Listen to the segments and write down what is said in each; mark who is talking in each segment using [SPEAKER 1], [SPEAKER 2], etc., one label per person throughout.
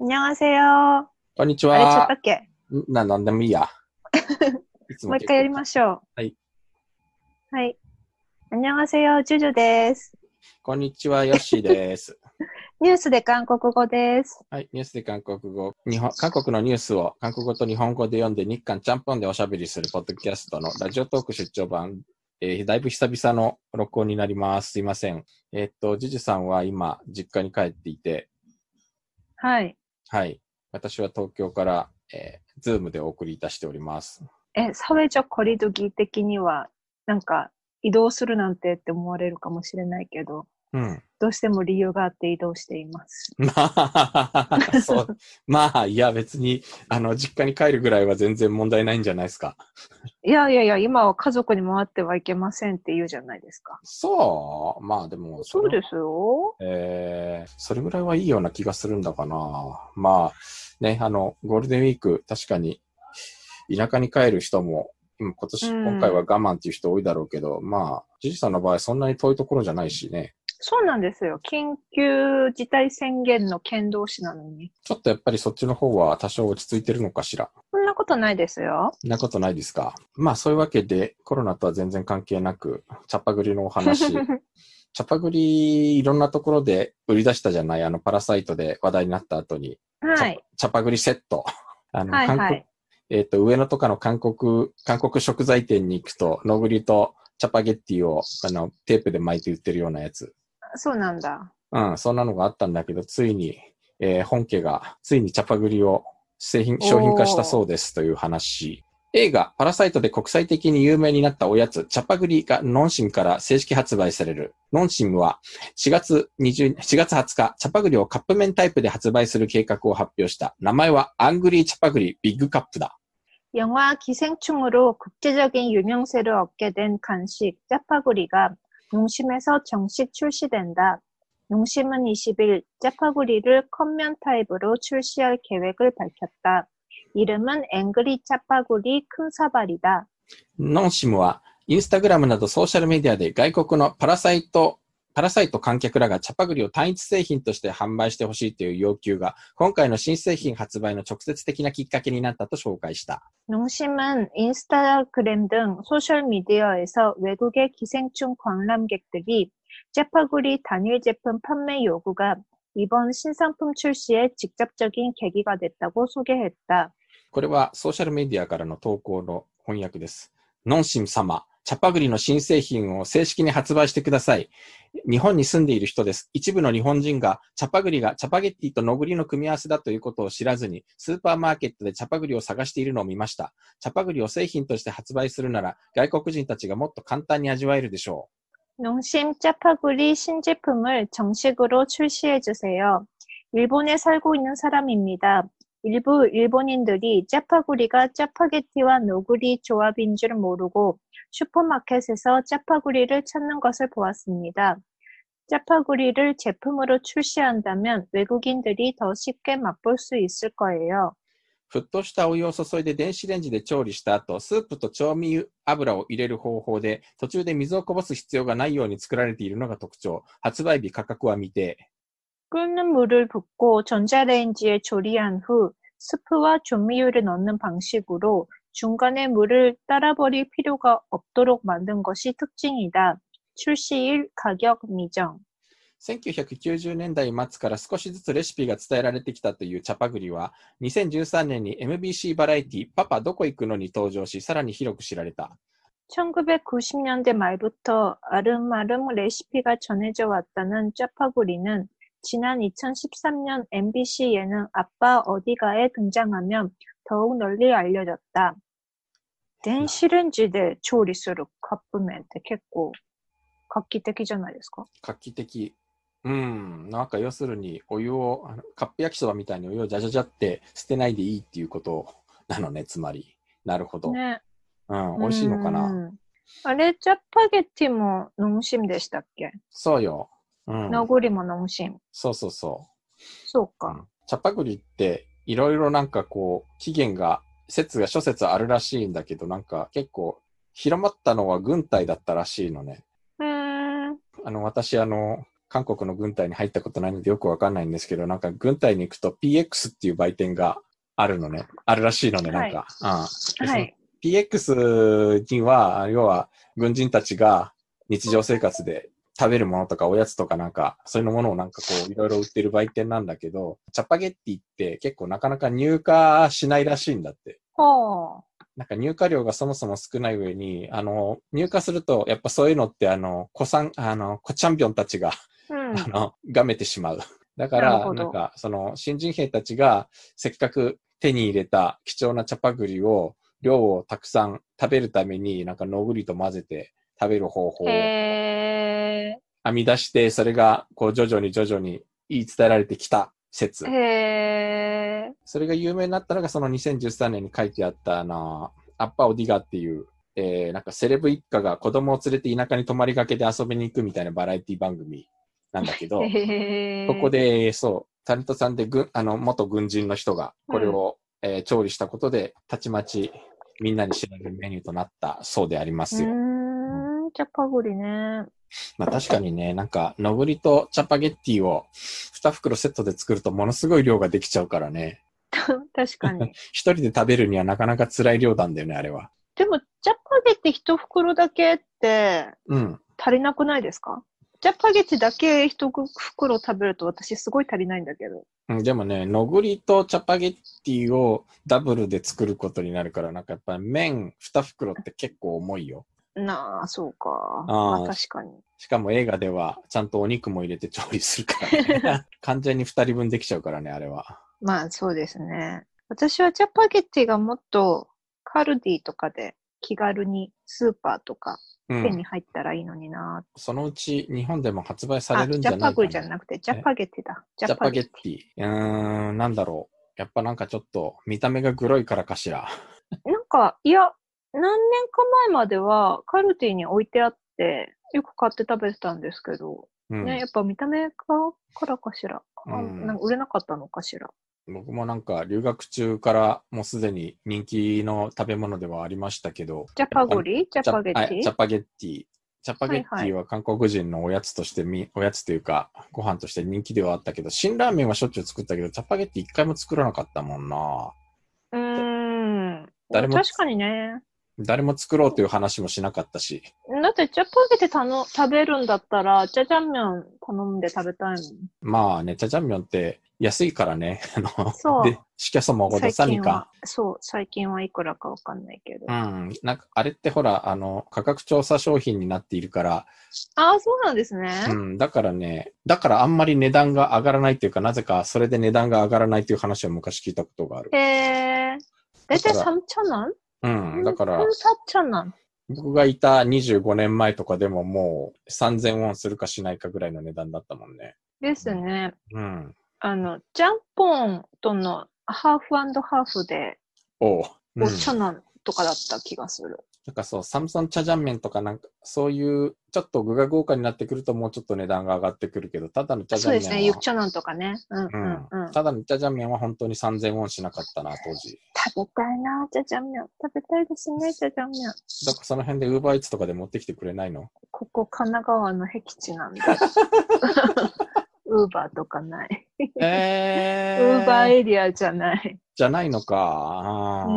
[SPEAKER 1] 안녕하세요.
[SPEAKER 2] こんにち
[SPEAKER 1] あれちゃっ
[SPEAKER 2] は
[SPEAKER 1] た。っけ
[SPEAKER 2] んな、なんでもいい や。いつ
[SPEAKER 1] もう一回やりましょう。
[SPEAKER 2] はい。
[SPEAKER 1] はい。안녕하세요。ジュジュです。
[SPEAKER 2] こんにちは、ヨッシーです。
[SPEAKER 1] ニュースで韓国語です。
[SPEAKER 2] はい、ニュースで韓国語。日本、韓国のニュースを韓国語と日本語で読んで日韓ちゃんぽんでおしゃべりするポッドキャストのラジオトーク出張版。えーだいぶ久々の録音になります。すいません。えーっと、ジュジュさんは今、実家に帰っていて、
[SPEAKER 1] はい。
[SPEAKER 2] はい。私は東京から、えー、ズームでお送りいたしております。
[SPEAKER 1] え、サウェジョコリドギ的には、なんか、移動するなんてって思われるかもしれないけど、
[SPEAKER 2] うん。
[SPEAKER 1] どうしても理由があって移動しています。
[SPEAKER 2] まあ、 そう。まあ、いや、別に、あの、実家に帰るぐらいは全然問題ないんじゃないですか。
[SPEAKER 1] いやいやいや、今は家族に回ってはいけませんって言うじゃないですか。
[SPEAKER 2] そう、まあでも、
[SPEAKER 1] そう
[SPEAKER 2] れ
[SPEAKER 1] ですよ。
[SPEAKER 2] えーそれぐらいはいいような気がするんだかな。まあ、ね、あの、ゴールデンウィーク、確かに、田舎に帰る人も、今今年、
[SPEAKER 1] うん
[SPEAKER 2] 今回は我慢っていう人多いだろうけど、まあ、ジジさんの場合、そんなに遠いところじゃないしね。
[SPEAKER 1] そうなんですよ。緊急事態宣言の県同士なのに。
[SPEAKER 2] ちょっとやっぱりそっちの方は多少落ち着いてるのかしら。
[SPEAKER 1] そんなことないですよ。
[SPEAKER 2] そんなことないですか。まあ、そういうわけで、コロナとは全然関係なく、チャパグリのお話。 チャパグリ、いろんなところで売り出したじゃない、あの、パラサイトで話題になった後に。
[SPEAKER 1] はい。
[SPEAKER 2] チャパグリセット。 あの、
[SPEAKER 1] はい
[SPEAKER 2] 韓
[SPEAKER 1] は
[SPEAKER 2] 国
[SPEAKER 1] い、。
[SPEAKER 2] えっ、と、上野とかの韓国、韓国食材店に行くと、のぐりとチャパゲッティを、あの、テープで巻いて売ってるようなやつ。
[SPEAKER 1] そうなんだ。
[SPEAKER 2] うん、そんなのがあったんだけど、ついに、えー本家が、ついにチャパグリを製品、商品化したそうですという話。映画、パラサイトで国際的に有名になったおやつ、チャパグリがノンシムから正式発売される。ノンシムは4月 ,20 4月20日、チャパグリをカップ麺タイプで発売する計画を発表した。名前はアングリーチャパグリビッグカップだ。
[SPEAKER 1] 영화 기생충으로 국제적인 유명세를 얻게 된 간식 짜파구리가 농심에서 정식 출시된다. 농심은 20일 짜파구리를 컵면 타입으로 출시할 계획을 밝혔다. 이름은 앵그리 짜파구리 큰 사발이다.
[SPEAKER 2] ノンシムは、インスタグラムなどソーシャルメディアで外国のパラサイト、パラサイト観客らがチャパグリを単一製品として販売してほしいという要求が、今回の新製品発売の直接的なきっかけになったと紹介した。
[SPEAKER 1] 농심은 인스타그램 등 소셜미디어에서 외국의 기생충 관람객들이 짜파구리 단일 제품 판매 요구가 이번 신상품 출시의 직접적인 계기가 됐다고 소개했다.
[SPEAKER 2] これはソーシャルメディアからの投稿の翻訳です。ノンシム様、チャパグリの新製品を正式に発売してください。日本に住んでいる人です。一部の日本人がチャパグリがチャパゲッティとノグリの組み合わせだということを知らずに、スーパーマーケットでチャパグリを探しているのを見ました。チャパグリを製品として発売するなら、外国人たちがもっと簡単に味わえるでしょ
[SPEAKER 1] 농심 짜파구리 신제품을 정식으로 출시해주세요. 일본에 살고 있는 사람입니다. 일부 일본인들이 짜파구리가 짜파게티와 노구리 조합인 줄 모르고 슈퍼마켓에서 짜파구리를 찾는 것을 보았습니다. 짜파구리를 제품으로 출시한다면 외국인들이 더 쉽게 맛볼 수 있을 거예요.
[SPEAKER 2] う。沸騰したお湯を注いで電子レンジで調理した後、スープと調味油を入れる方法で、途中で水をこぼす必要がないように作られているのが特徴。発売日価格は未定。
[SPEAKER 1] 끓는 물을 붓고 전자레인지에 조리한 후 스프와 조미료를 넣는 방식으로 중간에 물을 따라버릴 필요가 없도록 만든 것이 특징이다. 출시일 가격 미정.
[SPEAKER 2] 1990年代末から少しずつレシピが伝えられてきたというチャパグリは、2013年に MBC バラエティパパどこ行くのに登場し、さらに広く知られた。
[SPEAKER 1] 1990년대 말부터 아름아름 레시피가 전해져 왔다는 짜파구리는 지난 2013년 MBC 예능 아빠 어디가에 등장하면 더욱 널리 알려졌다. 덴시렌지대 조리스로 가쁘면 되겠고 걷기 때기잖아요ですか?
[SPEAKER 2] 画期的。うん。なんか要するに、お湯を、あのカップ焼きそばみたいにお湯をじゃじゃじゃって捨てないでいいっていうことなのね、つまり。なるほど。
[SPEAKER 1] 네.
[SPEAKER 2] うん。美味しいのかな。
[SPEAKER 1] 음. 아래 짜파게티 뭐 농심 でしたっけ
[SPEAKER 2] そうよ。うん。
[SPEAKER 1] 너구리 뭐 농심.
[SPEAKER 2] そうそうそう。
[SPEAKER 1] そうか.
[SPEAKER 2] チャパグリって、いろいろなんかこう、起源が、説が諸説あるらしいんだけど、なんか結構、広まったのは軍隊だったらしいのね。
[SPEAKER 1] 음.
[SPEAKER 2] あの、私、あの、韓国の軍隊に入ったことないのでよくわかんないんですけど、なんか軍隊に行くと PX っていう売店があるのね、あるらしいのね、なんか。うんでそ
[SPEAKER 1] は
[SPEAKER 2] の
[SPEAKER 1] い。
[SPEAKER 2] PX には、要は軍人たちが日常生活で食べるものとかおやつとかなんか、そういうものをなんかこういろいろ売ってる売店なんだけど、チャパゲッティって結構なかなか入荷しないらしいんだって。
[SPEAKER 1] ほう。
[SPEAKER 2] なんか入荷量がそもそも少ない上に、あの、入荷するとやっぱそういうのってあの、子さん、あの、子チャンピオンたちが
[SPEAKER 1] うん。
[SPEAKER 2] あの、がめてしまう。だか
[SPEAKER 1] なる
[SPEAKER 2] ら、
[SPEAKER 1] ほど
[SPEAKER 2] なんか、その、新人兵たちが、せっかく手に入れた貴重なチャパグリを、量をたくさん食べるために、なんか、のぐりと混ぜて食べる方法を編
[SPEAKER 1] へ
[SPEAKER 2] み出して、それが、こう、徐々に徐々に言い伝えられてきた説
[SPEAKER 1] ー。。へー。
[SPEAKER 2] それが有名になったのが、その2013年に書いてあった、あの、アッパオディガっていう、えー、なんかセレブ一家が子供を連れて田舎に泊まりがけで遊びに行くみたいなバラエティ番組なんだけど、
[SPEAKER 1] へー
[SPEAKER 2] ここ。で、そう、タレントさんで軍、あの、元軍人の人が、これを、えー調理したことで、たちまち、みんなに知られるメニューとなったそうでありま
[SPEAKER 1] う
[SPEAKER 2] すよ。
[SPEAKER 1] ーん、チャパグリね。
[SPEAKER 2] まあ確かにね、なんか、のぐりとチャパゲッティを2袋セットで作るとものすごい量ができちゃうからね。
[SPEAKER 1] 確か に。
[SPEAKER 2] 一人で食べるにはなかなか辛い量なんだよね、あれは。
[SPEAKER 1] でも、ジャパゲテ一袋だけって
[SPEAKER 2] うん。
[SPEAKER 1] 足りなくないですかジャパゲテだけ一袋食べると私すごい足りないんだけど。
[SPEAKER 2] うんでもね、のぐりとチャパゲッティをダブルで作ることになるから、なんかやっぱ麺2袋って結構重いよ。
[SPEAKER 1] なあ、そうか。
[SPEAKER 2] あー
[SPEAKER 1] まあ確かに。
[SPEAKER 2] しかも映画ではちゃんとお肉も入れて調理するか ら、ね、完全に二人分できちゃうからね、あれは。
[SPEAKER 1] まあそうですね。私はジャパゲティがもっとカルディとかで気軽にスーパーとか
[SPEAKER 2] う
[SPEAKER 1] 手に
[SPEAKER 2] ん。
[SPEAKER 1] 入ったらいいのにな、
[SPEAKER 2] そのうち日本でも発売さ
[SPEAKER 1] あ、
[SPEAKER 2] れ
[SPEAKER 1] ジ
[SPEAKER 2] るんじゃ
[SPEAKER 1] ャ
[SPEAKER 2] な
[SPEAKER 1] パ
[SPEAKER 2] いか
[SPEAKER 1] グ
[SPEAKER 2] な。
[SPEAKER 1] リじゃなくてジャパゲティだ。ジ
[SPEAKER 2] ジ
[SPEAKER 1] ャ
[SPEAKER 2] ャ
[SPEAKER 1] パ
[SPEAKER 2] パ
[SPEAKER 1] ゲ
[SPEAKER 2] ゲ
[SPEAKER 1] テ
[SPEAKER 2] ッティ。うーん、なんだろう。やっぱなんかちょっと見た目がグロいからかしら。
[SPEAKER 1] ィ。なんか、いや、何年か前まではカルディに置いてあって、よく買って食べてたんですけど、
[SPEAKER 2] うん。
[SPEAKER 1] ね、やっぱ見た目かからかしら、あ
[SPEAKER 2] うん
[SPEAKER 1] なんか売れなかったのかしら。
[SPEAKER 2] 僕もなんか留学中からもうすでに人気の食べ物ではありましたけど。
[SPEAKER 1] ジャパゴリジャ
[SPEAKER 2] チ
[SPEAKER 1] パゲテ
[SPEAKER 2] あチャ
[SPEAKER 1] ィ
[SPEAKER 2] パゲッティ。チャパゲッテ
[SPEAKER 1] はい
[SPEAKER 2] ィは韓国人のおやつとしてみ、おやつというか、ご飯として人気ではあったけど、辛ラーメンはしょっちゅう作ったけど、チャパゲッティ一回も作らなかったもんな。
[SPEAKER 1] うーん。
[SPEAKER 2] 誰も
[SPEAKER 1] 確かにね。
[SPEAKER 2] 誰も作ろうという話もしなかったし。
[SPEAKER 1] だってジャパゲティたの食べるんだったら、ジャジャン麺頼んで食べたいもん。
[SPEAKER 2] まあね、チャジャンミョンって安いからね。 あの、
[SPEAKER 1] そう
[SPEAKER 2] で、しかそもごと
[SPEAKER 1] 最
[SPEAKER 2] さに
[SPEAKER 1] 近
[SPEAKER 2] か
[SPEAKER 1] は。。そう、最近はいくらかわかんないけど。
[SPEAKER 2] う
[SPEAKER 1] あ
[SPEAKER 2] ん。なんか、あれってほら、あの、価格調査商品になっているから、
[SPEAKER 1] あ、そうなんですね。
[SPEAKER 2] うん、だからね、だからあんまり値段が上がらないというか、なぜかそれで値段が上がらないという話を昔聞いたことがある。
[SPEAKER 1] へえ。だいたい
[SPEAKER 2] だから
[SPEAKER 1] 3茶なん
[SPEAKER 2] うん、だから、
[SPEAKER 1] 3茶なん。
[SPEAKER 2] 僕がいた25年前とかでももう3000ウォンするかしないかぐらいの値段だったもんね。
[SPEAKER 1] ですね。
[SPEAKER 2] うん。
[SPEAKER 1] あの、ジャンポンとのハーフハーフで、
[SPEAKER 2] おう。うん、
[SPEAKER 1] お茶なんとかだった気がする。
[SPEAKER 2] なんかそう、サムソンチャジャン麺とかなんか、そういう、ちょっと具が豪華になってくるともうちょっと値段が上がってくるけど、ただのチャジャ
[SPEAKER 1] そう
[SPEAKER 2] ン麺
[SPEAKER 1] で
[SPEAKER 2] は。
[SPEAKER 1] すね、ゆくちゃなんとかね。うんう
[SPEAKER 2] うんん
[SPEAKER 1] うん。食
[SPEAKER 2] ただのチャジャン麺は本当に3000ウォンしなかったな、当時。
[SPEAKER 1] べたいな、じゃじゃん麺。食べたいですね、じゃじゃん麺。
[SPEAKER 2] だからその辺でウーバーイーツとかで持ってきてくれないの
[SPEAKER 1] ここ、神奈川の僻地なんで。 ウーバーとかない。ウ
[SPEAKER 2] え
[SPEAKER 1] ーバー
[SPEAKER 2] イ
[SPEAKER 1] エリアじゃない。
[SPEAKER 2] じゃないのか。あ
[SPEAKER 1] う
[SPEAKER 2] ー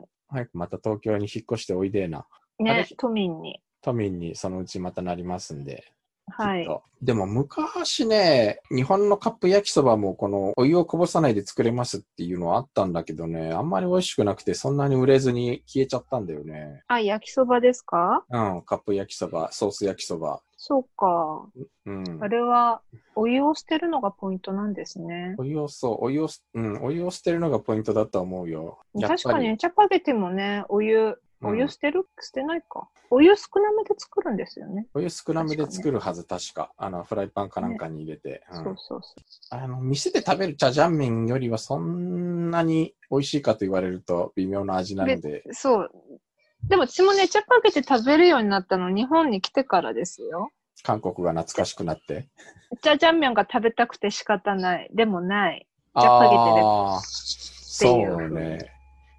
[SPEAKER 1] ん。
[SPEAKER 2] 早くまた東京に引っ越しておいでえな。あ
[SPEAKER 1] ね
[SPEAKER 2] れ、
[SPEAKER 1] 都民に。
[SPEAKER 2] 都民にそのうちまたなりますんで。
[SPEAKER 1] は
[SPEAKER 2] きっ
[SPEAKER 1] い。
[SPEAKER 2] とでも昔ね、日本のカップ焼きそばもこのお湯をこぼさないで作れますっていうのはあったんだけどね、あんまり美味しくなくてそんなに売れずに消えちゃったんだよね。
[SPEAKER 1] あ、焼きそばですか
[SPEAKER 2] うん、カップ焼きそば、ソース焼きそば。
[SPEAKER 1] そうか。
[SPEAKER 2] うん
[SPEAKER 1] あ。れは、お湯を捨てるのがポイントなんですね。
[SPEAKER 2] お湯をそう、お湯を、うん、お湯を捨てるのがポイントだと思うよ。やっぱり
[SPEAKER 1] 確かに、チャパゲティもね、お湯、お
[SPEAKER 2] う
[SPEAKER 1] 湯
[SPEAKER 2] ん
[SPEAKER 1] 捨てる、捨てないか。お湯少なめで作るんですよね。
[SPEAKER 2] お湯少なめで作るはず、確か。あの、フライパンかなんかに入れて。うん
[SPEAKER 1] そうそうそう。
[SPEAKER 2] あの、店で食べるチャジャン麺よりはそんなに美味しいかと言われると微妙な味なので。
[SPEAKER 1] そう。でも私もね、チャパゲティ食べるようになったの日本に来てからですよ。
[SPEAKER 2] 韓国が懐かしくなって。
[SPEAKER 1] ジャジャン麺が食べたくて仕方ない。でもない。
[SPEAKER 2] あ
[SPEAKER 1] ジャパゲテで
[SPEAKER 2] あーそうね。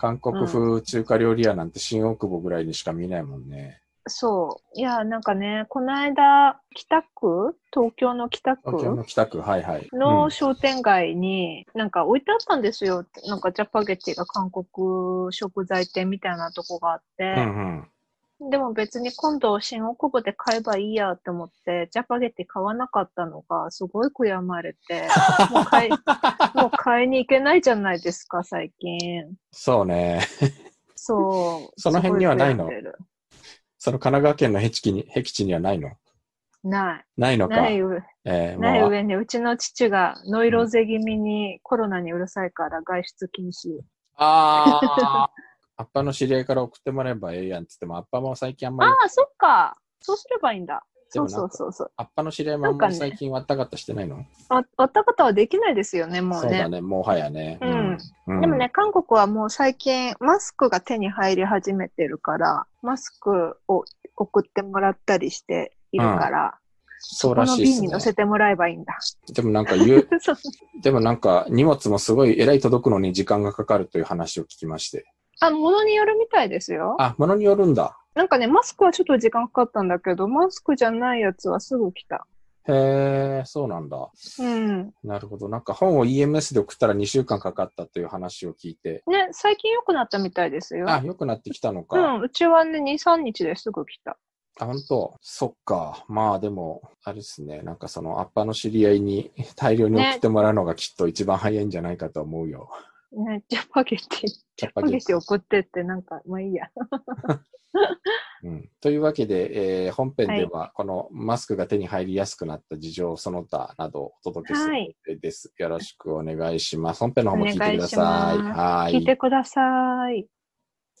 [SPEAKER 2] 韓国風中華料理屋なんて新大久保ぐらいにしか見ないもんね。
[SPEAKER 1] そう。いや、なんかね、この間、北区東京の北区
[SPEAKER 2] 東京の北区、はいはい。
[SPEAKER 1] の
[SPEAKER 2] うん
[SPEAKER 1] 商店街に、なんか置いてあったんですよ。なんかジャパゲティが韓国食材店みたいなとこがあっ
[SPEAKER 2] う
[SPEAKER 1] て、
[SPEAKER 2] んうん。
[SPEAKER 1] でも別に今度新大久保で買えばいいやって思って、ジャパゲティ買わなかったのがすごい悔やまれ て、もう買い、もう買いに行けないじゃないですか、最近。
[SPEAKER 2] そうね。
[SPEAKER 1] そう。
[SPEAKER 2] その辺にはない
[SPEAKER 1] す
[SPEAKER 2] の
[SPEAKER 1] ご悔やんでる
[SPEAKER 2] その神奈川県の僻地に、僻地にはないの
[SPEAKER 1] ない。
[SPEAKER 2] ないのか。
[SPEAKER 1] ない上
[SPEAKER 2] えー
[SPEAKER 1] ない
[SPEAKER 2] もう
[SPEAKER 1] 上に、うちの父がノイローゼ気味にコロナにうるさいから外出禁止。
[SPEAKER 2] ああ。アッパの知り合いから送ってもらえばええやんっつっても、アッパも最近あんまり
[SPEAKER 1] あ、あ、そっか。そうすればいいんだ。
[SPEAKER 2] で
[SPEAKER 1] そ
[SPEAKER 2] も
[SPEAKER 1] う
[SPEAKER 2] なんか
[SPEAKER 1] そうそうそう。
[SPEAKER 2] アッパの知り合いもあんまり
[SPEAKER 1] なんかね
[SPEAKER 2] 最近割ったかったしてないの
[SPEAKER 1] あ割った方はできないですよね、もう
[SPEAKER 2] そう
[SPEAKER 1] ね。
[SPEAKER 2] だね、もはやね。
[SPEAKER 1] うん
[SPEAKER 2] うん
[SPEAKER 1] でもね、韓国はもう最近マスクが手に入り始めてるから、マスクを送ってもらったりしているから、
[SPEAKER 2] そう
[SPEAKER 1] こ
[SPEAKER 2] ら
[SPEAKER 1] の
[SPEAKER 2] しいっ
[SPEAKER 1] 瓶
[SPEAKER 2] す
[SPEAKER 1] に乗
[SPEAKER 2] ね。
[SPEAKER 1] せてもらえばいいんだ。
[SPEAKER 2] でもなんか言う、
[SPEAKER 1] そう
[SPEAKER 2] でもなんか荷物もすごいえらい届くのに時間がかかるという話を聞きまして。
[SPEAKER 1] あ、物によるみたいですよ。
[SPEAKER 2] あ、ものによるんだ。
[SPEAKER 1] なんかね、マスクはちょっと時間かかったんだけど、マスクじゃないやつはすぐ来た。
[SPEAKER 2] へえ、そうなんだ。
[SPEAKER 1] うん。
[SPEAKER 2] なるほど。なんか本を EMS で送ったら2週間かかったという話を聞いて、
[SPEAKER 1] ね、最近良くなったみたいですよ。
[SPEAKER 2] あ、良くなってきたの
[SPEAKER 1] う
[SPEAKER 2] か。
[SPEAKER 1] ん、うちはね、2、3日ですぐ来た。
[SPEAKER 2] あ、本当そっか。まあでも、あれですね。なんかそのアッパの知り合いに 大量に送ってもらうのがきっと一番早いんじゃないかと思うよ。
[SPEAKER 1] ね、ジャパゲティ、
[SPEAKER 2] ジャ
[SPEAKER 1] ジャ
[SPEAKER 2] パ
[SPEAKER 1] パ
[SPEAKER 2] ゲ
[SPEAKER 1] ゲ
[SPEAKER 2] ッ
[SPEAKER 1] ティ
[SPEAKER 2] ト。
[SPEAKER 1] 送ってって、なんか、まあいいや。
[SPEAKER 2] うん。というわけで、えー本編
[SPEAKER 1] はい
[SPEAKER 2] ではこのマスクが手に入りやすくなった事情、その他などをお届けする予定です。よろしくお願いします。本編の方も聞いてください。
[SPEAKER 1] お願いします
[SPEAKER 2] は
[SPEAKER 1] 聞いてください。